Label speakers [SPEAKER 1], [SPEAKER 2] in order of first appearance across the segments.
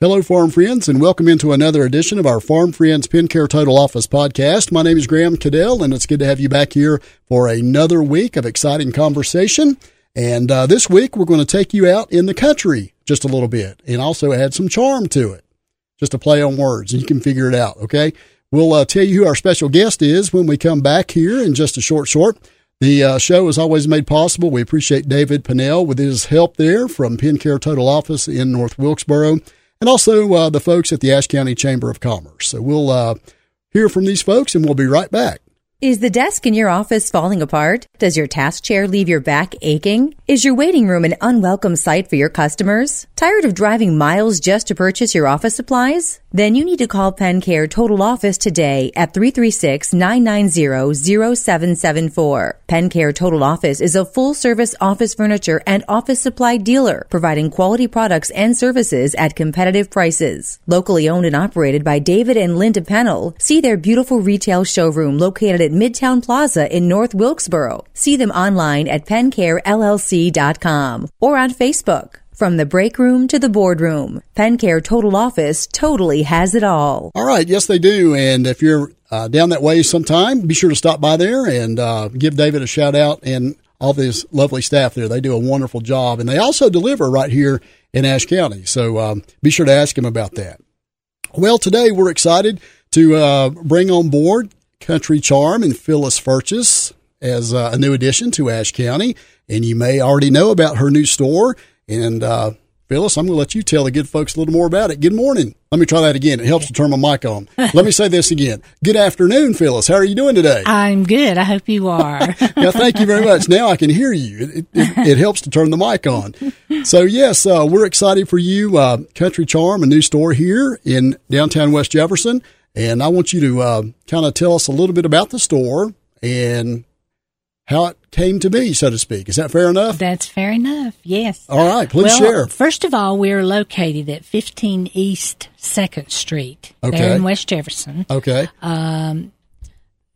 [SPEAKER 1] Hello, farm friends, and welcome into another edition of our Farm Friends Pin Care Total Office podcast. My name is Graham Cadell, and it's good to have you back here for another week of exciting conversation. And uh, this week, we're going to take you out in the country just a little bit and also add some charm to it. Just a play on words, and you can figure it out, okay? We'll uh, tell you who our special guest is when we come back here in just a short, short. The uh, show is always made possible. We appreciate David Pinnell with his help there from Pin Care Total Office in North Wilkesboro and also uh, the folks at the Ashe County Chamber of Commerce. So we'll uh, hear from these folks and we'll be right back.
[SPEAKER 2] Is the desk in your office falling apart? Does your task chair leave your back aching? Is your waiting room an unwelcome sight for your customers? Tired of driving miles just to purchase your office supplies? Then you need to call Penn Care Total Office today at 336-990-0774. Penn Care Total Office is a full-service office furniture and office supply dealer, providing quality products and services at competitive prices. Locally owned and operated by David and Linda Pennell, see their beautiful retail showroom located at Midtown Plaza in North Wilkesboro. See them online at pencarellc.com or on Facebook. From the break room to the boardroom, Pencare Total Office totally has it all.
[SPEAKER 1] All right, yes, they do. And if you're uh, down that way sometime, be sure to stop by there and uh, give David a shout out and all this lovely staff there. They do a wonderful job, and they also deliver right here in Ashe County. So um, be sure to ask him about that. Well, today we're excited to uh, bring on board Country Charm and Phyllis Furchess as uh, a new addition to Ashe County. And you may already know about her new store. And uh, Phyllis, I'm going to let you tell the good folks a little more about it. Good morning. Let me try that again. It helps to turn my mic on. Let me say this again. Good afternoon, Phyllis. How are you doing today?
[SPEAKER 3] I'm good. I hope you are.
[SPEAKER 1] yeah, thank you very much. Now I can hear you. It, it, it helps to turn the mic on. So yes, uh, we're excited for you, uh, Country Charm, a new store here in downtown West Jefferson, and I want you to uh, kind of tell us a little bit about the store and how it came to be, so to speak. Is that fair enough?
[SPEAKER 3] That's fair enough. Yes.
[SPEAKER 1] All right, Uh, please
[SPEAKER 3] well,
[SPEAKER 1] share.
[SPEAKER 3] First of all, we are located at 15 East 2nd Street,
[SPEAKER 1] Okay.
[SPEAKER 3] there in West Jefferson.
[SPEAKER 1] Okay.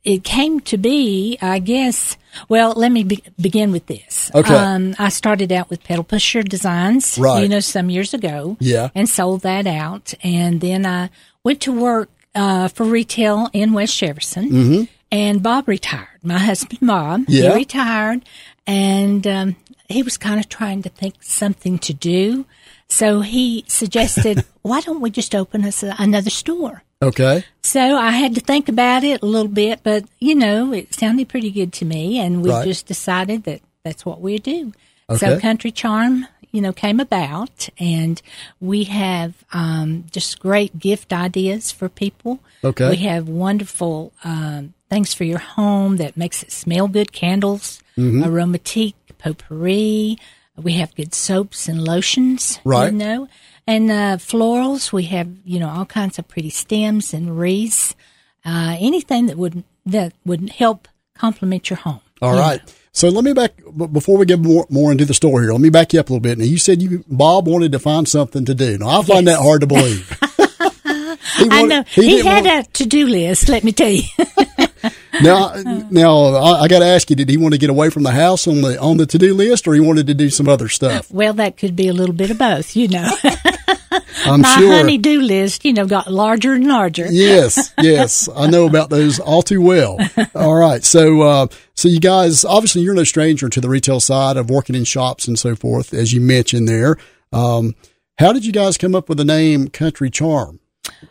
[SPEAKER 3] It came to be, I guess, well, let me be- begin with this.
[SPEAKER 1] Okay.
[SPEAKER 3] Um, I started out with pedal pusher designs,
[SPEAKER 1] Right.
[SPEAKER 3] you know, some years ago.
[SPEAKER 1] Yeah.
[SPEAKER 3] And sold that out. And then I went to work uh, for retail in West Jefferson. Mm-hmm. And Bob retired. My husband, Bob,
[SPEAKER 1] Yeah.
[SPEAKER 3] he retired. And um, he was kind of trying to think something to do. So he suggested, why don't we just open us a- another store?
[SPEAKER 1] Okay.
[SPEAKER 3] So I had to think about it a little bit, but you know, it sounded pretty good to me, and we
[SPEAKER 1] Right.
[SPEAKER 3] just decided that that's what we do.
[SPEAKER 1] Okay.
[SPEAKER 3] So Country Charm, you know, came about, and we have um, just great gift ideas for people.
[SPEAKER 1] Okay.
[SPEAKER 3] we have wonderful um, things for your home that makes it smell good: candles,
[SPEAKER 1] Mm-hmm.
[SPEAKER 3] aromatique, potpourri. We have good soaps and lotions.
[SPEAKER 1] Right.
[SPEAKER 3] You know, and uh, florals. We have you know all kinds of pretty stems and wreaths. Uh, anything that would that would help complement your home.
[SPEAKER 1] All right. So let me back b- before we get more, more into the story here. Let me back you up a little bit. Now you said you Bob wanted to find something to do. Now I find
[SPEAKER 3] Yes.
[SPEAKER 1] that hard to believe. He
[SPEAKER 3] I
[SPEAKER 1] wanted-
[SPEAKER 3] know he,
[SPEAKER 1] didn't
[SPEAKER 3] had
[SPEAKER 1] want-
[SPEAKER 3] a to do list. Let me tell you. Oh.
[SPEAKER 1] now. Now I, I got to ask you: Did he want to get away from the house on the on the to do list, or he wanted to do some other stuff?
[SPEAKER 3] well, that could be a little bit of both. You know,
[SPEAKER 1] I'm
[SPEAKER 3] my
[SPEAKER 1] sure.
[SPEAKER 3] honey do list, you know, got larger and larger.
[SPEAKER 1] yes, yes, I know about those all too well. All right, so uh, so you guys, obviously, you're no stranger to the retail side of working in shops and so forth, as you mentioned there. Um, how did you guys come up with the name Country Charm?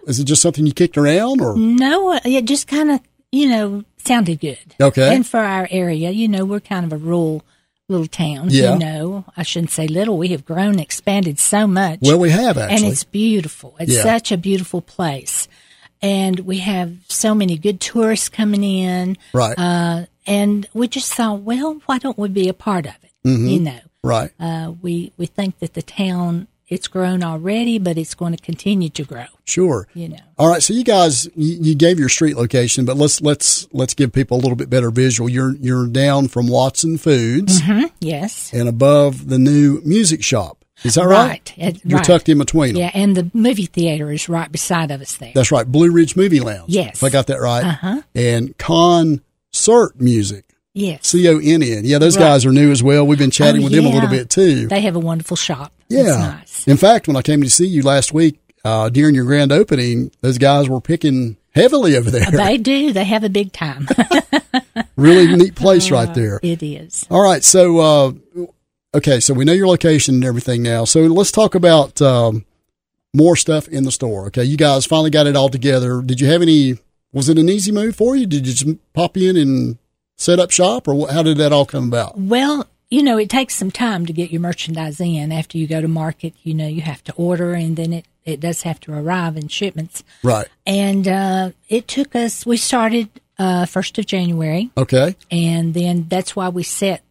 [SPEAKER 1] Is it just something you kicked around, or
[SPEAKER 3] No, it just kind of, you know, sounded good.
[SPEAKER 1] Okay.
[SPEAKER 3] And for our area, you know, we're kind of a rural little town.
[SPEAKER 1] Yeah.
[SPEAKER 3] You know, I shouldn't say little. We have grown, expanded so much.
[SPEAKER 1] well, we have actually.
[SPEAKER 3] and it's beautiful. It's
[SPEAKER 1] Yeah.
[SPEAKER 3] such a beautiful place. And we have so many good tourists coming in.
[SPEAKER 1] Right.
[SPEAKER 3] Uh, and we just thought, well, why don't we be a part of it?
[SPEAKER 1] Mm-hmm.
[SPEAKER 3] You know,
[SPEAKER 1] right,
[SPEAKER 3] uh, we, we think that the town, it's grown already, but it's going to continue to grow,
[SPEAKER 1] sure.
[SPEAKER 3] you know.
[SPEAKER 1] All right, so you guys, you, you gave your street location, but let's let's let's give people a little bit better visual. You're you're down from Watson Foods
[SPEAKER 3] Yes.
[SPEAKER 1] and above the new music shop. Is that right?
[SPEAKER 3] Mm-hmm. Right. It-
[SPEAKER 1] You're
[SPEAKER 3] right.
[SPEAKER 1] tucked in between them.
[SPEAKER 3] Yeah, and the movie theater is right beside of us there.
[SPEAKER 1] That's right. Blue Ridge Movie Lounge.
[SPEAKER 3] Yes.
[SPEAKER 1] If I got that right. Uh-huh. And concert music.
[SPEAKER 3] yes.
[SPEAKER 1] C O N N. Yeah, those
[SPEAKER 3] Right.
[SPEAKER 1] guys are new as well. We've been chatting
[SPEAKER 3] Oh,
[SPEAKER 1] with them a little
[SPEAKER 3] yeah.
[SPEAKER 1] bit too.
[SPEAKER 3] They have a wonderful shop.
[SPEAKER 1] yeah.
[SPEAKER 3] It's nice.
[SPEAKER 1] In fact, when I came to see you last week, uh, during your grand opening, those guys were picking heavily over there.
[SPEAKER 3] They do. They have a big time.
[SPEAKER 1] really neat place
[SPEAKER 3] Oh,
[SPEAKER 1] right there.
[SPEAKER 3] it is.
[SPEAKER 1] All right. So, uh, okay. So we know your location and everything now. So let's talk about um, more stuff in the store. Okay. You guys finally got it all together. Did you have any? Was it an easy move for you? Did you just pop in and set up shop, or what, how did that all come about?
[SPEAKER 3] Well, you know, it takes some time to get your merchandise in. After you go to market, you know, you have to order and then it, it does have to arrive in shipments.
[SPEAKER 1] Right.
[SPEAKER 3] And uh, it took us, we started uh, 1st of January,
[SPEAKER 1] Okay.
[SPEAKER 3] and then that's why we set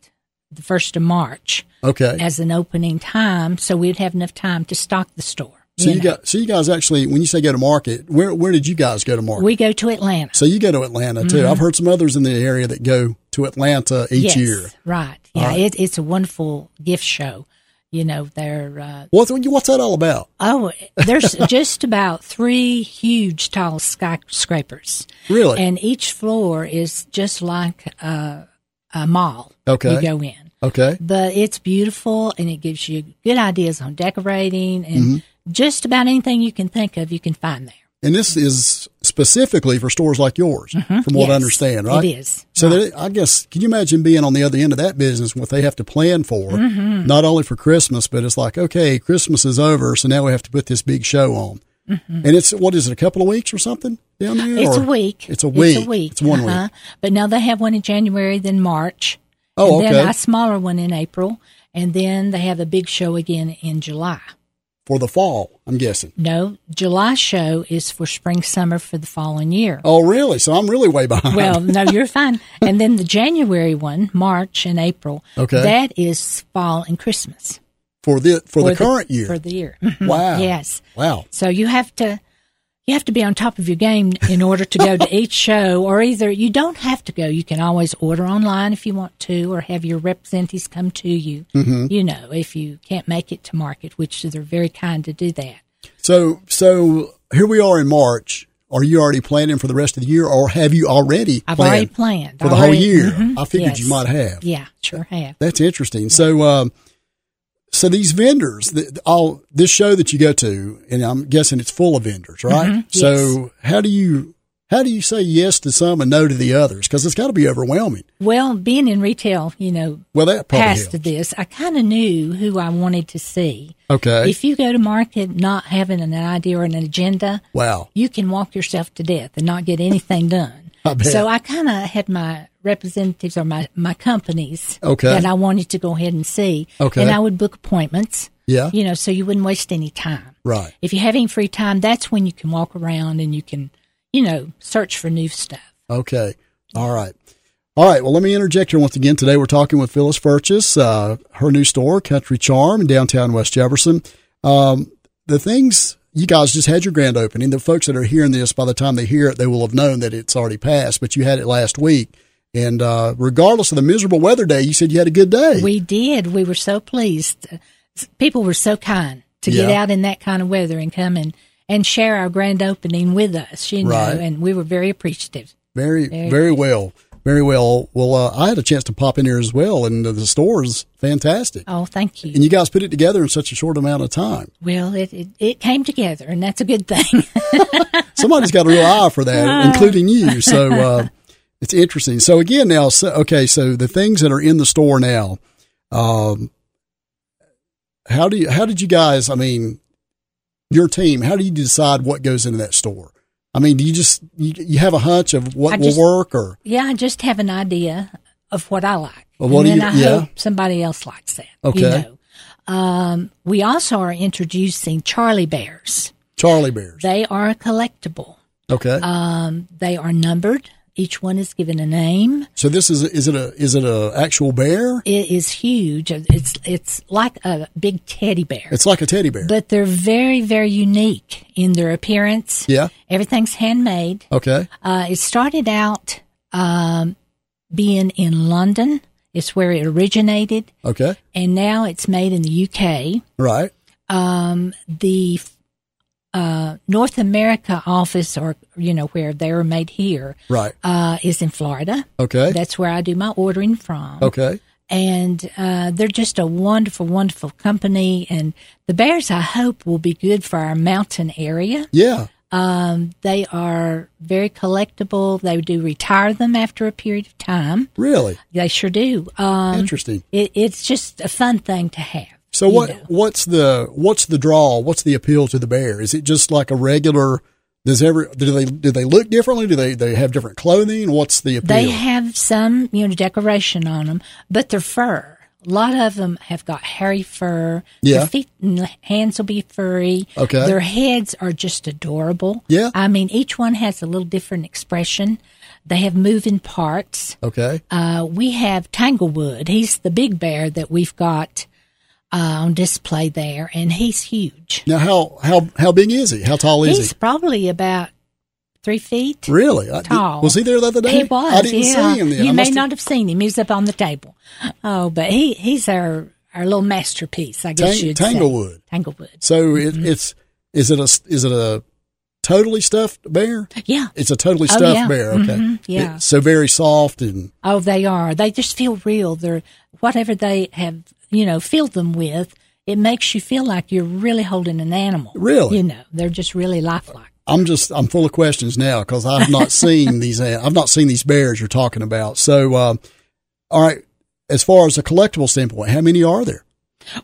[SPEAKER 3] the 1st of March
[SPEAKER 1] Okay.
[SPEAKER 3] as an opening time so we'd have enough time to stock the store.
[SPEAKER 1] so you
[SPEAKER 3] know.
[SPEAKER 1] got so you guys actually when you say go to market, where where did you guys go to market?
[SPEAKER 3] we go to Atlanta
[SPEAKER 1] so you go to Atlanta too. I've heard some others in the area that go to Atlanta each
[SPEAKER 3] yes,
[SPEAKER 1] year.
[SPEAKER 3] Right. Yeah, It, it's a wonderful gift show. You know, they're uh,
[SPEAKER 1] What's what's that all about?
[SPEAKER 3] Oh, there's just about three huge tall skyscrapers,
[SPEAKER 1] Really?
[SPEAKER 3] and each floor is just like a, a mall.
[SPEAKER 1] Okay.
[SPEAKER 3] you go in,
[SPEAKER 1] okay.
[SPEAKER 3] but it's beautiful, and it gives you good ideas on decorating and
[SPEAKER 1] Mm-hmm.
[SPEAKER 3] just about anything you can think of, you can find there.
[SPEAKER 1] And this is specifically for stores like yours, from what I
[SPEAKER 3] Mm-hmm. Yes,
[SPEAKER 1] understand, right?
[SPEAKER 3] It is.
[SPEAKER 1] So that I guess, can you imagine being on the other end of that business, what they have to plan for,
[SPEAKER 3] Mm-hmm.
[SPEAKER 1] not only for Christmas, but it's like, okay, Christmas is over, so now we have to put this big show on. And it's, what is it, a couple of weeks or something down there?
[SPEAKER 3] Mm-hmm. It's a
[SPEAKER 1] or-
[SPEAKER 3] week.
[SPEAKER 1] It's a week.
[SPEAKER 3] It's a week.
[SPEAKER 1] It's one
[SPEAKER 3] Uh-huh.
[SPEAKER 1] week.
[SPEAKER 3] But now they have one in January, then March.
[SPEAKER 1] Oh,
[SPEAKER 3] and
[SPEAKER 1] okay.
[SPEAKER 3] Then a smaller one in April, and then they have a big show again in July.
[SPEAKER 1] For the fall, I'm guessing.
[SPEAKER 3] No, July show is for spring summer for the following year.
[SPEAKER 1] Oh, really? So I'm really way behind.
[SPEAKER 3] Well, no, you're fine. And then the January one, March and April.
[SPEAKER 1] Okay.
[SPEAKER 3] That is fall and Christmas
[SPEAKER 1] for the, for, the current year.
[SPEAKER 3] For the year. Mhm.
[SPEAKER 1] wow.
[SPEAKER 3] Yes.
[SPEAKER 1] Wow.
[SPEAKER 3] So you have to you have to be on top of your game in order to go to each show or either you don't have to go. You can always order online if you want to or have your representatives come to you.
[SPEAKER 1] Mm-hmm.
[SPEAKER 3] You know, if you can't make it to market, which they're very kind to do that.
[SPEAKER 1] So, so here we are in March. Are you already planning for the rest of the year, or have you already
[SPEAKER 3] I've
[SPEAKER 1] planned
[SPEAKER 3] already planned.
[SPEAKER 1] for the
[SPEAKER 3] Already-
[SPEAKER 1] whole year?
[SPEAKER 3] Mhm.
[SPEAKER 1] I figured you
[SPEAKER 3] Yes.
[SPEAKER 1] might have.
[SPEAKER 3] Yeah, sure have.
[SPEAKER 1] That's interesting. So, um, so these vendors, the, the- all this show that you go to, and I'm guessing it's full of vendors, right?
[SPEAKER 3] Mm-hmm.
[SPEAKER 1] So, how do you how do you say yes to some and no to the others? Because it's got to be overwhelming.
[SPEAKER 3] Well, being in retail, you know,
[SPEAKER 1] Well, that probably
[SPEAKER 3] past
[SPEAKER 1] helps.
[SPEAKER 3] this, I kind of knew who I wanted to see.
[SPEAKER 1] okay.
[SPEAKER 3] If you go to market not having an idea or an agenda,
[SPEAKER 1] wow.
[SPEAKER 3] you can walk yourself to death and not get anything done.
[SPEAKER 1] I bet.
[SPEAKER 3] So I kind of had my representatives or my, my companies
[SPEAKER 1] Okay.
[SPEAKER 3] that I wanted to go ahead and see.
[SPEAKER 1] Okay.
[SPEAKER 3] And I would book appointments,
[SPEAKER 1] Yeah.
[SPEAKER 3] you know, so you wouldn't waste any time.
[SPEAKER 1] Right.
[SPEAKER 3] If you have any free time, that's when you can walk around and you can, you know, search for new stuff.
[SPEAKER 1] Okay. All right. All right. Well, let me interject here once again. Today we're talking with Phyllis Furchess, uh, her new store, Country Charm, in downtown West Jefferson. Um, the things you guys just had your grand opening. The folks that are hearing this, by the time they hear it, they will have known that it's already passed. But you had it last week, and uh, regardless of the miserable weather day, you said you had a good day.
[SPEAKER 3] We did. We were so pleased. People were so kind to get
[SPEAKER 1] Yeah.
[SPEAKER 3] out in that kind of weather and come and, and share our grand opening with us, you know,
[SPEAKER 1] Right.
[SPEAKER 3] and we were very appreciative.
[SPEAKER 1] Very, very well. Very well. Well, uh, I had a chance to pop in here as well, and the store is fantastic.
[SPEAKER 3] Oh, thank you.
[SPEAKER 1] And you guys put it together in such a short amount of time.
[SPEAKER 3] Well, it, it, it came together, and that's a good thing.
[SPEAKER 1] somebody's got a real eye for that, including you. So uh, it's interesting. So again, now, so, okay, so the things that are in the store now, um, how do you, how did you guys? I mean, your team. How do you decide what goes into that store? I mean, do you just you, you have a hunch of what
[SPEAKER 3] I
[SPEAKER 1] will
[SPEAKER 3] just-
[SPEAKER 1] work, or
[SPEAKER 3] yeah, I just have an idea of what I like.
[SPEAKER 1] Well, what
[SPEAKER 3] and
[SPEAKER 1] do
[SPEAKER 3] then
[SPEAKER 1] you-
[SPEAKER 3] I
[SPEAKER 1] yeah.
[SPEAKER 3] hope somebody else likes that. You
[SPEAKER 1] Okay.
[SPEAKER 3] know. Um, we also are introducing Charlie Bears.
[SPEAKER 1] Charlie Bears?
[SPEAKER 3] They are a collectible.
[SPEAKER 1] Okay,
[SPEAKER 3] Um, they are numbered. Each one is given a name.
[SPEAKER 1] so this is is it a is it a actual bear?
[SPEAKER 3] It is huge. It's it's like a big teddy bear,
[SPEAKER 1] It's like a teddy bear.
[SPEAKER 3] but they're very very unique in their appearance.
[SPEAKER 1] yeah.
[SPEAKER 3] Everything's handmade.
[SPEAKER 1] Okay.
[SPEAKER 3] Uh, it started out um, being in London. It's where it originated,
[SPEAKER 1] Okay.
[SPEAKER 3] and now it's made in the UK.
[SPEAKER 1] Right.
[SPEAKER 3] Um, the uh, North America office, or you know where they were made here,
[SPEAKER 1] Right.
[SPEAKER 3] uh, is in Florida.
[SPEAKER 1] Okay.
[SPEAKER 3] That's where I do my ordering from.
[SPEAKER 1] Okay.
[SPEAKER 3] and uh, they're just a wonderful, wonderful company. And the bears, I hope, will be good for our mountain area.
[SPEAKER 1] Yeah.
[SPEAKER 3] Um, they are very collectible. They do retire them after a period of time.
[SPEAKER 1] Really
[SPEAKER 3] They sure do. Um,
[SPEAKER 1] interesting.
[SPEAKER 3] it, it's just a fun thing to have.
[SPEAKER 1] So
[SPEAKER 3] you
[SPEAKER 1] what
[SPEAKER 3] know.
[SPEAKER 1] what's the what's the draw? What's the appeal to the bear? Is it just like a regular? Does every do they do they look differently? Do they they have different clothing? What's the appeal?
[SPEAKER 3] They have some, you know, decoration on them, but their fur. A lot of them have got hairy fur.
[SPEAKER 1] Yeah.
[SPEAKER 3] Their feet and hands will be furry.
[SPEAKER 1] Okay.
[SPEAKER 3] Their heads are just adorable.
[SPEAKER 1] Yeah.
[SPEAKER 3] I mean, each one has a little different expression. They have moving parts.
[SPEAKER 1] okay.
[SPEAKER 3] Uh, we have Tanglewood. He's the big bear that we've got uh, on display there, and he's huge.
[SPEAKER 1] Now how how how big is he? How tall is
[SPEAKER 3] He's probably about three feet.
[SPEAKER 1] he? Really? I-
[SPEAKER 3] tall.
[SPEAKER 1] was he there the other day?
[SPEAKER 3] He was.
[SPEAKER 1] I didn't
[SPEAKER 3] yeah.
[SPEAKER 1] see him. Then. I
[SPEAKER 3] You may
[SPEAKER 1] must have-
[SPEAKER 3] not have seen him. He was up on the table. Oh, but he he's our our little masterpiece. I guess
[SPEAKER 1] Tang-
[SPEAKER 3] you'd Mm-hmm.
[SPEAKER 1] Tanglewood.
[SPEAKER 3] Say. Tanglewood.
[SPEAKER 1] So it, it's is it a is it a totally stuffed bear?
[SPEAKER 3] Yeah.
[SPEAKER 1] It's a totally
[SPEAKER 3] Oh,
[SPEAKER 1] stuffed
[SPEAKER 3] yeah.
[SPEAKER 1] bear. Okay.
[SPEAKER 3] Mhm, yeah.
[SPEAKER 1] It- so very soft and
[SPEAKER 3] Oh, they are. They just feel real. They're whatever they have. You know, filled them with. It makes you feel like you're really holding an animal.
[SPEAKER 1] Really?
[SPEAKER 3] You know, they're just really lifelike.
[SPEAKER 1] I'm just I'm full of questions now because I've not seen these uh, I've not seen these bears you're talking about. So um, all right, as far as the collectible standpoint, how many are there?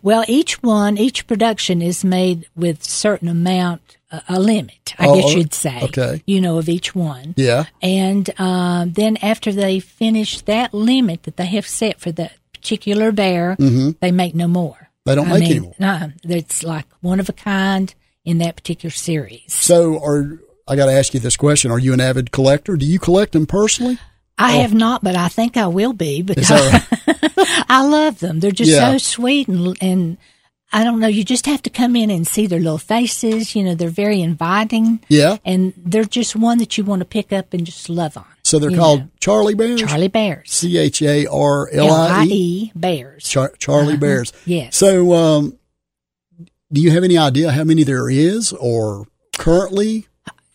[SPEAKER 3] Well, each one, each production is made with certain amount, a, a limit, I
[SPEAKER 1] Oh,
[SPEAKER 3] guess
[SPEAKER 1] oh,
[SPEAKER 3] you'd say.
[SPEAKER 1] okay.
[SPEAKER 3] You know, of each one.
[SPEAKER 1] Yeah.
[SPEAKER 3] And um, then after they finish that limit that they have set for that particular bear,
[SPEAKER 1] Mm-hmm.
[SPEAKER 3] they make no more.
[SPEAKER 1] They don't make any more.
[SPEAKER 3] No, it's like one of a kind in that particular series.
[SPEAKER 1] So are I got to ask you this question: Are you an avid collector? Do you collect them personally?
[SPEAKER 3] I have not, but I think I will be because
[SPEAKER 1] Oh. that
[SPEAKER 3] I love them. They're just
[SPEAKER 1] Yeah.
[SPEAKER 3] so sweet and and I don't know. You just have to come in and see their little faces. You know, they're very inviting.
[SPEAKER 1] Yeah.
[SPEAKER 3] and they're just one that you want to pick up and just love on.
[SPEAKER 1] So they're
[SPEAKER 3] you
[SPEAKER 1] called
[SPEAKER 3] know.
[SPEAKER 1] Charlie bears.
[SPEAKER 3] Charlie Bears.
[SPEAKER 1] C H A R L
[SPEAKER 3] L
[SPEAKER 1] I E.
[SPEAKER 3] Bears.
[SPEAKER 1] Char- Charlie Bears.
[SPEAKER 3] Uh-huh. Yes.
[SPEAKER 1] So, um, do you have any idea how many there is or currently?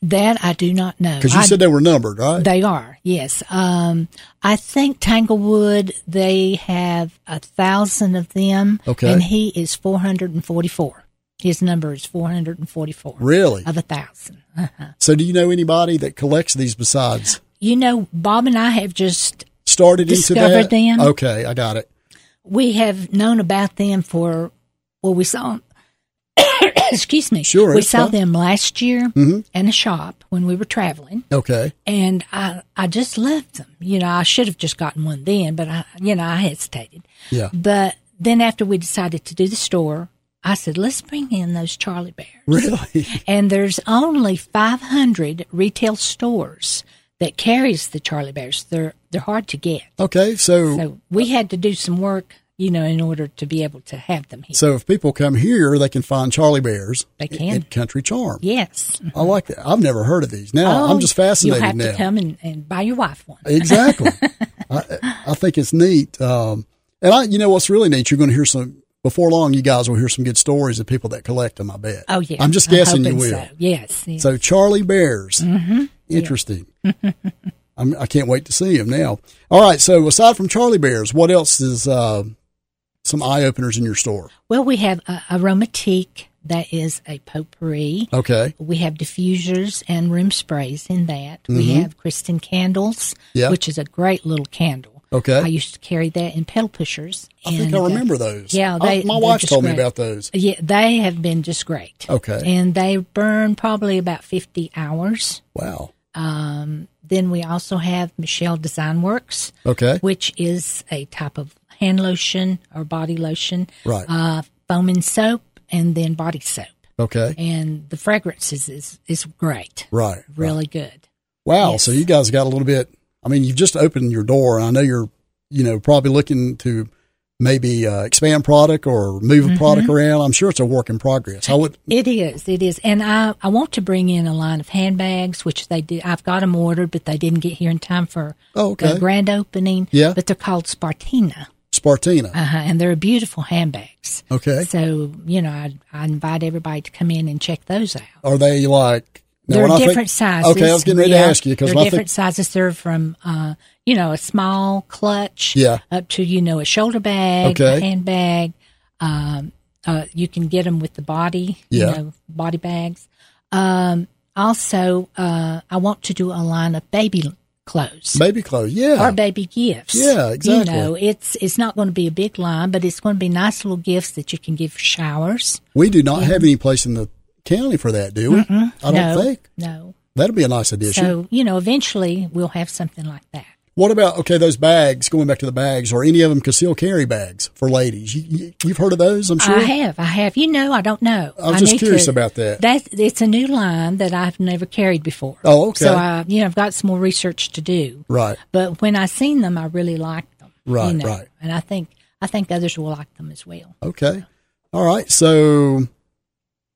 [SPEAKER 3] That I do not know.
[SPEAKER 1] Because you
[SPEAKER 3] I-
[SPEAKER 1] said they were numbered, right?
[SPEAKER 3] they are. Yes. Um, I think Tanglewood. They have a thousand of them.
[SPEAKER 1] Okay.
[SPEAKER 3] And he is four hundred and forty-four. His number is four hundred and forty-four.
[SPEAKER 1] Really?
[SPEAKER 3] Of a thousand. Uh-huh.
[SPEAKER 1] So, do you know anybody that collects these besides
[SPEAKER 3] You know, Bob and I have just
[SPEAKER 1] started into that?
[SPEAKER 3] Discovered them.
[SPEAKER 1] Okay, I got it.
[SPEAKER 3] we have known about them for well we saw excuse me
[SPEAKER 1] Sure,
[SPEAKER 3] we
[SPEAKER 1] it's
[SPEAKER 3] saw
[SPEAKER 1] fine. Mm-hmm.
[SPEAKER 3] them last year in a shop when we were traveling
[SPEAKER 1] Okay.
[SPEAKER 3] and i i just loved them you know i should have just gotten one then but i you know i hesitated
[SPEAKER 1] Yeah.
[SPEAKER 3] but then after we decided to do the store i said let's bring in those charlie bears
[SPEAKER 1] Really?
[SPEAKER 3] and there's only 500 retail stores that carries the charlie bears they're they're hard to get
[SPEAKER 1] Okay. So,
[SPEAKER 3] so we had to do some work, you know, in order to be able to have them here.
[SPEAKER 1] so if people come here, they can find Charlie Bears
[SPEAKER 3] They
[SPEAKER 1] at-
[SPEAKER 3] can.
[SPEAKER 1] at Country Charm.
[SPEAKER 3] yes.
[SPEAKER 1] I like that. I've never heard of these. Now,
[SPEAKER 3] Oh,
[SPEAKER 1] I'm just fascinated
[SPEAKER 3] You'll have
[SPEAKER 1] now.
[SPEAKER 3] to come and, and buy your wife one.
[SPEAKER 1] Exactly. I, I think it's neat. Um, and I, you know, what's really neat, you're going to hear some, before long, you guys will hear some good stories of people that collect them, I bet.
[SPEAKER 3] Oh, yeah.
[SPEAKER 1] I'm just guessing you
[SPEAKER 3] hoping
[SPEAKER 1] will.
[SPEAKER 3] So. Yes. yes.
[SPEAKER 1] So Charlie Bears,
[SPEAKER 3] Mm-hmm.
[SPEAKER 1] interesting. I'm, I can't wait to see him now. All right. So aside from Charlie Bears, what else is uh, some eye openers in your store?
[SPEAKER 3] well, we have uh, aromatique, that is a potpourri.
[SPEAKER 1] Okay.
[SPEAKER 3] We have diffusers and room sprays in that. We have Kristen candles,
[SPEAKER 1] Mm-hmm. Yeah.
[SPEAKER 3] which is a great little candle.
[SPEAKER 1] Okay.
[SPEAKER 3] I used to carry that in pedal pushers.
[SPEAKER 1] I think
[SPEAKER 3] and,
[SPEAKER 1] I
[SPEAKER 3] uh,
[SPEAKER 1] remember those.
[SPEAKER 3] yeah,
[SPEAKER 1] I-
[SPEAKER 3] they-
[SPEAKER 1] my
[SPEAKER 3] they're
[SPEAKER 1] wife
[SPEAKER 3] just
[SPEAKER 1] told me
[SPEAKER 3] great.
[SPEAKER 1] about those.
[SPEAKER 3] yeah, they have been just great.
[SPEAKER 1] Okay.
[SPEAKER 3] And they burn probably about 50 hours.
[SPEAKER 1] Wow.
[SPEAKER 3] Um, then we also have Michelle Design Works,
[SPEAKER 1] Okay.
[SPEAKER 3] which is a type of hand lotion or body lotion,
[SPEAKER 1] Right.
[SPEAKER 3] uh, foam and soap, and then body soap.
[SPEAKER 1] Okay.
[SPEAKER 3] And the fragrances is, is great,
[SPEAKER 1] Right.
[SPEAKER 3] really good.
[SPEAKER 1] Wow.
[SPEAKER 3] Yes.
[SPEAKER 1] So you guys got a little bit. I mean, you've just opened your door, and I know you're, you know, probably looking to maybe uh, expand product or move
[SPEAKER 3] Mm-hmm.
[SPEAKER 1] a product around. I'm sure it's a work in progress. I would.
[SPEAKER 3] It is, it is. And I, I want to bring in a line of handbags, which they did. I've got them ordered, but they didn't get here in time for
[SPEAKER 1] Oh, okay.
[SPEAKER 3] the grand opening.
[SPEAKER 1] Yeah.
[SPEAKER 3] But they're called Spartina,
[SPEAKER 1] Spartina.
[SPEAKER 3] uh-huh, and they're beautiful handbags.
[SPEAKER 1] Okay.
[SPEAKER 3] So, you know, I, I invite everybody to come in and check those out.
[SPEAKER 1] Are they like Now,
[SPEAKER 3] There
[SPEAKER 1] when I
[SPEAKER 3] are
[SPEAKER 1] think-
[SPEAKER 3] different sizes.
[SPEAKER 1] Okay, I was getting ready to
[SPEAKER 3] Yeah.
[SPEAKER 1] ask you because
[SPEAKER 3] there are
[SPEAKER 1] I think
[SPEAKER 3] different sizes. They're from, uh, you know, a small clutch,
[SPEAKER 1] Yeah.
[SPEAKER 3] up to you know a shoulder bag,
[SPEAKER 1] Okay.
[SPEAKER 3] a handbag. Um, uh, you can get them with the body,
[SPEAKER 1] Yeah.
[SPEAKER 3] you know, body bags. Um, also, uh, I want to do a line of baby clothes
[SPEAKER 1] baby clothes. Yeah,
[SPEAKER 3] or baby gifts.
[SPEAKER 1] Yeah, exactly.
[SPEAKER 3] You know, it's it's not going to be a big line, but it's going to be nice little gifts that you can give for showers.
[SPEAKER 1] we do not have any place in the county for that, do we? I don't
[SPEAKER 3] no,
[SPEAKER 1] think
[SPEAKER 3] No.
[SPEAKER 1] that'd be a nice addition.
[SPEAKER 3] So, you know, eventually we'll have something like that.
[SPEAKER 1] What about okay those bags? Going back to the bags, or any of them concealed carry bags for ladies? You, you, you've heard of those, I'm sure.
[SPEAKER 3] I have, I have. You know, I don't know.
[SPEAKER 1] I was just
[SPEAKER 3] need
[SPEAKER 1] curious about that.
[SPEAKER 3] That's it's a new line that I've never carried before.
[SPEAKER 1] Oh, okay.
[SPEAKER 3] So I, you know, I've got some more research to do.
[SPEAKER 1] Right.
[SPEAKER 3] But when I seen them, I really liked them. you
[SPEAKER 1] Right,
[SPEAKER 3] know,
[SPEAKER 1] right.
[SPEAKER 3] And I think I think others will like them as well.
[SPEAKER 1] Okay. All right. So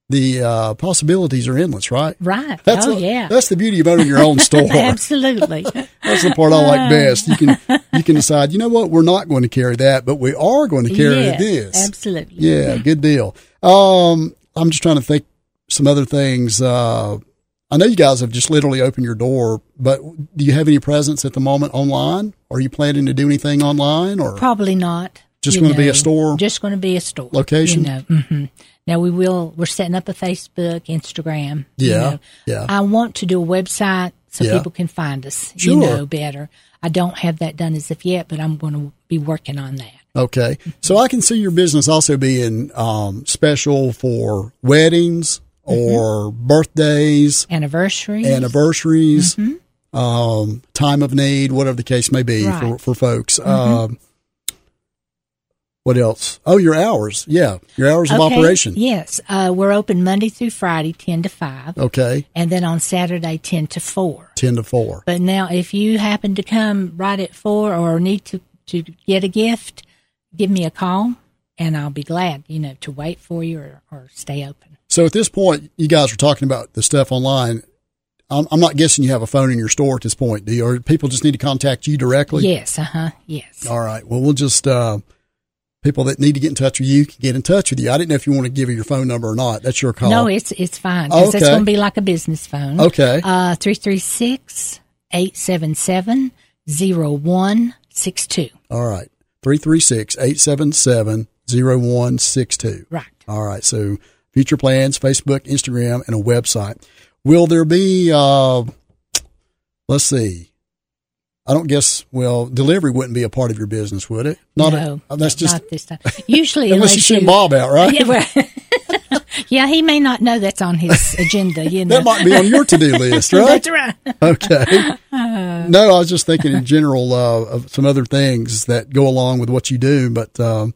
[SPEAKER 1] the uh, possibilities are endless, right?
[SPEAKER 3] Right.
[SPEAKER 1] That's
[SPEAKER 3] oh
[SPEAKER 1] the-
[SPEAKER 3] yeah.
[SPEAKER 1] That's the beauty of owning your own store.
[SPEAKER 3] Absolutely.
[SPEAKER 1] That's the part I like best. You can you can decide. You know what? We're not going to carry that, but we are going to carry
[SPEAKER 3] Yes,
[SPEAKER 1] this.
[SPEAKER 3] Absolutely.
[SPEAKER 1] Yeah, good deal. Um, I'm just trying to think some other things. Uh, I know you guys have just literally opened your door, but do you have any presence at the moment online? Are you planning to do anything online or
[SPEAKER 3] Probably not.
[SPEAKER 1] Just
[SPEAKER 3] you
[SPEAKER 1] gonna be a
[SPEAKER 3] know.
[SPEAKER 1] store?
[SPEAKER 3] Just going to be a store
[SPEAKER 1] Location?
[SPEAKER 3] You know. hmm Now we will. We're setting up a Facebook, Instagram. you
[SPEAKER 1] Yeah,
[SPEAKER 3] know.
[SPEAKER 1] yeah.
[SPEAKER 3] I want to do a website so
[SPEAKER 1] Yeah.
[SPEAKER 3] people can find us.
[SPEAKER 1] Sure.
[SPEAKER 3] You know better. I don't have that done as of yet, but I'm going to be working on that.
[SPEAKER 1] Okay. So I can see your business also being um, special for weddings
[SPEAKER 3] Mm-hmm.
[SPEAKER 1] or birthdays,
[SPEAKER 3] Anniversary.
[SPEAKER 1] anniversaries, um, time of need, whatever the case may be for,
[SPEAKER 3] Mm-hmm. Right. Mm-hmm.
[SPEAKER 1] for folks. Um, what else? Oh, your hours. Yeah. Your hours of
[SPEAKER 3] Okay,
[SPEAKER 1] operation.
[SPEAKER 3] Yes, uh, we're open Monday through Friday, ten to five,
[SPEAKER 1] Okay.
[SPEAKER 3] and then on Saturday, ten to four.
[SPEAKER 1] 10 to 4.
[SPEAKER 3] But now, if you happen to come right at four or need to, to get a gift, give me a call and I'll be glad, you know, to wait for you or, or stay open.
[SPEAKER 1] So at this point, you guys are talking about the stuff online. I'm, I'm not guessing you have a phone in your store at this point, do you? Or people just need to contact you directly?
[SPEAKER 3] yes, uh huh, yes.
[SPEAKER 1] All right. Well, we'll just uh, people that need to get in touch with you can get in touch with you. I didn't know if you want to give her your phone number or not. That's your call.
[SPEAKER 3] No, it's it's fine because it's
[SPEAKER 1] Okay.
[SPEAKER 3] going to be like a business phone.
[SPEAKER 1] Okay.
[SPEAKER 3] Uh, 336 877 0162.
[SPEAKER 1] All right. 336 877 0162.
[SPEAKER 3] Right.
[SPEAKER 1] All right. So future plans, Facebook, Instagram, and a website. Will there be, uh, let's see. I don't guess, well, delivery wouldn't be a part of your business, would it? Not
[SPEAKER 3] no,
[SPEAKER 1] a, uh, that's just,
[SPEAKER 3] not this time. Usually,
[SPEAKER 1] unless you send Bob out, right?
[SPEAKER 3] Yeah, well- yeah, he may not know that's on his agenda. You know,
[SPEAKER 1] That might be on your to do list, right?
[SPEAKER 3] that's right.
[SPEAKER 1] Okay. No, I was just thinking in general uh, of some other things that go along with what you do. But um,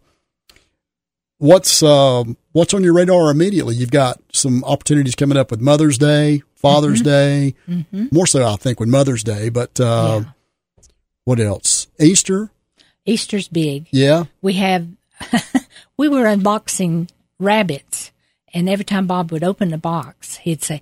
[SPEAKER 1] what's um, what's on your radar immediately? You've got some opportunities coming up with Mother's Day, Father's
[SPEAKER 3] Mm-hmm.
[SPEAKER 1] Day, more so I think with Mother's Day. But uh, what else? Easter,
[SPEAKER 3] Easter's big.
[SPEAKER 1] yeah.
[SPEAKER 3] We have we were unboxing rabbits, and every time Bob would open the box, he'd say,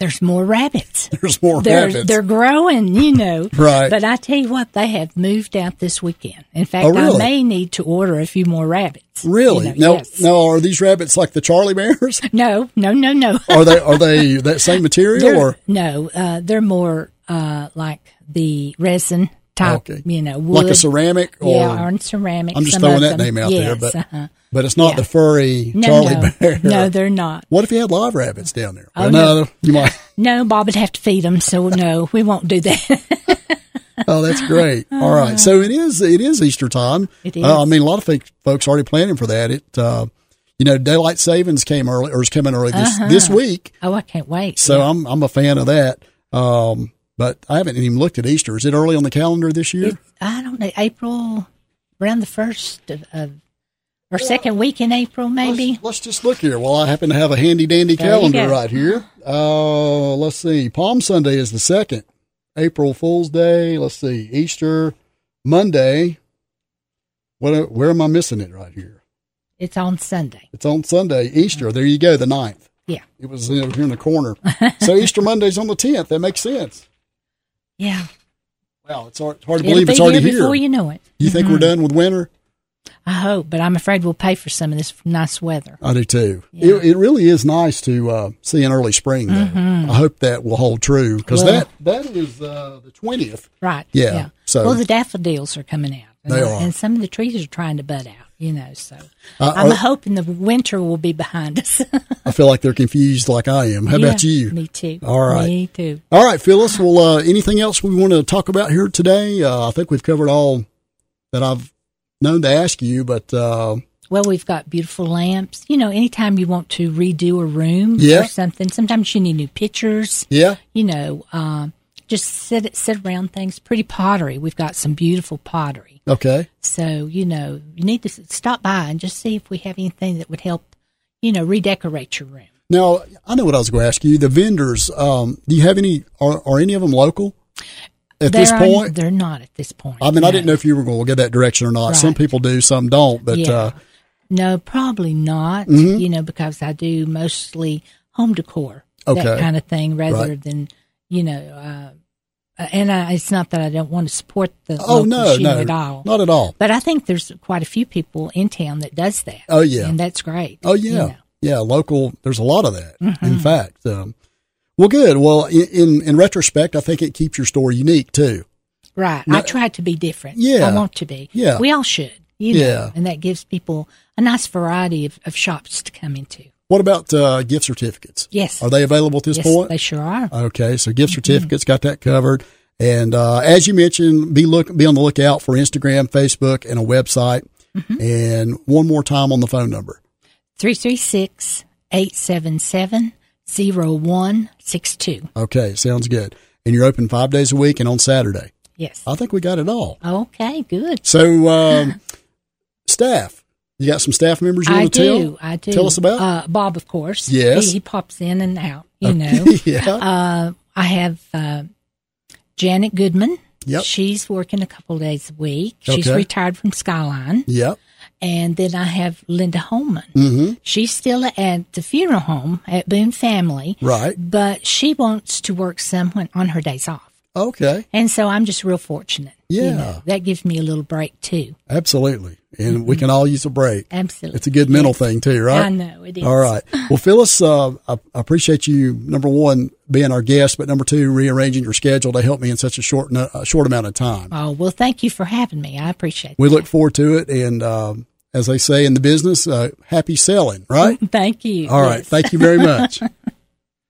[SPEAKER 3] "There's more rabbits.
[SPEAKER 1] There's more
[SPEAKER 3] They're
[SPEAKER 1] rabbits.
[SPEAKER 3] they're growing, you know."
[SPEAKER 1] Right.
[SPEAKER 3] But I tell you what, they have moved out this weekend. In fact,
[SPEAKER 1] Oh, really?
[SPEAKER 3] I may need to order a few more rabbits. you
[SPEAKER 1] really?
[SPEAKER 3] know,
[SPEAKER 1] No,
[SPEAKER 3] yes.
[SPEAKER 1] no. Are these rabbits like the Charlie Bears?
[SPEAKER 3] no, no, no, no.
[SPEAKER 1] are they are they that same material
[SPEAKER 3] They're-
[SPEAKER 1] or
[SPEAKER 3] no, uh, they're more uh, like the resin type,
[SPEAKER 1] Okay.
[SPEAKER 3] you know, wood.
[SPEAKER 1] like a ceramic or?
[SPEAKER 3] yeah, or in ceramic.
[SPEAKER 1] I'm just
[SPEAKER 3] some
[SPEAKER 1] throwing
[SPEAKER 3] of
[SPEAKER 1] that
[SPEAKER 3] them.
[SPEAKER 1] name out
[SPEAKER 3] yes,
[SPEAKER 1] there, but
[SPEAKER 3] uh-huh.
[SPEAKER 1] but it's not
[SPEAKER 3] Yeah.
[SPEAKER 1] the furry
[SPEAKER 3] No,
[SPEAKER 1] Charlie
[SPEAKER 3] no,
[SPEAKER 1] Bear.
[SPEAKER 3] no, they're not.
[SPEAKER 1] What if you had live rabbits down there?
[SPEAKER 3] Oh,
[SPEAKER 1] Well,
[SPEAKER 3] no.
[SPEAKER 1] you might.
[SPEAKER 3] No, Bob would have to feed them, so no, we won't do that.
[SPEAKER 1] Oh, that's great. All right, so it is it is Easter time.
[SPEAKER 3] It
[SPEAKER 1] Uh, I
[SPEAKER 3] is.
[SPEAKER 1] mean, a lot of folk- folks already planning for that. It uh, you know daylight savings came early or is coming early this this week,
[SPEAKER 3] oh, I can't wait.
[SPEAKER 1] so I'm I'm a fan of that. Um, but I haven't even looked at Easter. Is it early on the calendar this year?
[SPEAKER 3] It- I don't know, April, around the first of, of or second week in April, maybe.
[SPEAKER 1] Let's, let's just look here. Well, I happen to have a handy dandy
[SPEAKER 3] There you
[SPEAKER 1] calendar
[SPEAKER 3] go.
[SPEAKER 1] right here. Uh, let's see. Palm Sunday is the second. April Fool's Day. Let's see. Easter Monday. What? Where am I missing it right here?
[SPEAKER 3] It's on Sunday.
[SPEAKER 1] It's on Sunday. Easter. There you go. The 9th.
[SPEAKER 3] Yeah,
[SPEAKER 1] It was over here in the corner. So Easter Monday's on the tenth. That makes sense.
[SPEAKER 3] yeah.
[SPEAKER 1] Wow, it's hard, it's hard to
[SPEAKER 3] It'll
[SPEAKER 1] believe
[SPEAKER 3] be
[SPEAKER 1] it's already
[SPEAKER 3] here
[SPEAKER 1] here.
[SPEAKER 3] before
[SPEAKER 1] You,
[SPEAKER 3] you Mm-hmm. know it.
[SPEAKER 1] think we're done with winter?
[SPEAKER 3] I hope, but I'm afraid we'll pay for some of this nice weather.
[SPEAKER 1] I do too. It, it really is nice to uh, see an early spring, though. I hope that will hold true because
[SPEAKER 3] Mm-hmm. Well-
[SPEAKER 1] that, that is uh, the 20th.
[SPEAKER 3] Right.
[SPEAKER 1] Yeah, so-
[SPEAKER 3] well, the daffodils are coming out. And
[SPEAKER 1] They
[SPEAKER 3] the-
[SPEAKER 1] are.
[SPEAKER 3] And some of the trees are trying to bud out, you know, so
[SPEAKER 1] Uh,
[SPEAKER 3] I'm
[SPEAKER 1] are-
[SPEAKER 3] hoping the winter will be behind us.
[SPEAKER 1] I feel like they're confused like I am. How about
[SPEAKER 3] Yeah,
[SPEAKER 1] you?
[SPEAKER 3] Me too.
[SPEAKER 1] All right.
[SPEAKER 3] Me too.
[SPEAKER 1] All right, Phyllis. Well, uh, anything else we want to talk about here today? Uh, I think we've covered all that I've known to ask you, but uh,
[SPEAKER 3] Well, we've got beautiful lamps. You know, anytime you want to redo a room
[SPEAKER 1] Yeah.
[SPEAKER 3] or something, sometimes you need new pictures.
[SPEAKER 1] yeah,
[SPEAKER 3] You know, um, just sit sit around things. Pretty pottery. We've got some beautiful pottery.
[SPEAKER 1] okay.
[SPEAKER 3] So you know, you need to s- stop by and just see if we have anything that would help. You know, redecorate your room.
[SPEAKER 1] Now I know what I was going to ask you. The vendors. Um, do you have any? Are, are any of them local at this
[SPEAKER 3] They're-
[SPEAKER 1] point?
[SPEAKER 3] they're not at this point.
[SPEAKER 1] I mean, I
[SPEAKER 3] no.
[SPEAKER 1] didn't know if you were going to go that direction or not. Some
[SPEAKER 3] Right.
[SPEAKER 1] people do, some don't. But
[SPEAKER 3] Yeah.
[SPEAKER 1] uh, Mm-hmm.
[SPEAKER 3] No, probably not. You know, because I do mostly home decor,
[SPEAKER 1] Okay.
[SPEAKER 3] that kind of thing, rather
[SPEAKER 1] Right.
[SPEAKER 3] than you know. Uh, and I, it's not that I don't want to support the
[SPEAKER 1] oh
[SPEAKER 3] local
[SPEAKER 1] no,
[SPEAKER 3] shoe
[SPEAKER 1] no,
[SPEAKER 3] at all,
[SPEAKER 1] not at all.
[SPEAKER 3] but I think there's quite a few people in town that does that.
[SPEAKER 1] Oh, yeah.
[SPEAKER 3] and that's great.
[SPEAKER 1] Oh
[SPEAKER 3] you
[SPEAKER 1] yeah,
[SPEAKER 3] know.
[SPEAKER 1] yeah. Local. There's a lot of that.
[SPEAKER 3] Mm-hmm.
[SPEAKER 1] In fact, um, well, good. Well, in, in in retrospect, I think it keeps your store unique too.
[SPEAKER 3] right.
[SPEAKER 1] No-
[SPEAKER 3] I try to be different.
[SPEAKER 1] Yeah.
[SPEAKER 3] I want to be.
[SPEAKER 1] Yeah.
[SPEAKER 3] we all should. You
[SPEAKER 1] Yeah.
[SPEAKER 3] know, and that gives people a nice variety of, of shops to come into.
[SPEAKER 1] What about uh, gift certificates?
[SPEAKER 3] Yes.
[SPEAKER 1] Are they available at this
[SPEAKER 3] yes,
[SPEAKER 1] point?
[SPEAKER 3] they sure are. Mm-hmm.
[SPEAKER 1] Okay, so gift certificates got that covered. And uh, as you mentioned, be look be on the lookout for Instagram, Facebook, and a website.
[SPEAKER 3] Mm-hmm.
[SPEAKER 1] And one more time on the phone number.
[SPEAKER 3] 336 877 0162.
[SPEAKER 1] Okay, sounds good. And you're open five days a week and on Saturday.
[SPEAKER 3] Yes.
[SPEAKER 1] I think we got it all.
[SPEAKER 3] Okay, good.
[SPEAKER 1] So, um, staff, you got some staff members you
[SPEAKER 3] I
[SPEAKER 1] want to tell?
[SPEAKER 3] do. I do.
[SPEAKER 1] Tell us about.
[SPEAKER 3] uh, Bob, of course.
[SPEAKER 1] Yes.
[SPEAKER 3] He, he pops in and out, you know.
[SPEAKER 1] yeah.
[SPEAKER 3] Uh, I have uh, Janet Goodman.
[SPEAKER 1] Yep.
[SPEAKER 3] She's working a couple days a week. She's
[SPEAKER 1] Okay.
[SPEAKER 3] retired from Skyline.
[SPEAKER 1] yep.
[SPEAKER 3] And then I have Linda Holman. Mm-hmm. She's still at the funeral home at Boone Family,
[SPEAKER 1] Right.
[SPEAKER 3] but she wants to work someone on her days off.
[SPEAKER 1] Okay.
[SPEAKER 3] And so I'm just real fortunate. you
[SPEAKER 1] Yeah.
[SPEAKER 3] know. that gives me a little break too.
[SPEAKER 1] Absolutely. And we can all use a break.
[SPEAKER 3] Absolutely.
[SPEAKER 1] It's a good mental thing too, right?
[SPEAKER 3] I know it is.
[SPEAKER 1] All right. Well, Phyllis, uh, I I appreciate you. Number one, being our guest, but number two, rearranging your schedule to help me in such a short no- a short amount of time.
[SPEAKER 3] Oh, well, thank you for having me. I appreciate
[SPEAKER 1] We look forward to it, and um, as they say in the business, uh, happy selling. Right.
[SPEAKER 3] it. Thank you.
[SPEAKER 1] All right. Thank you very much.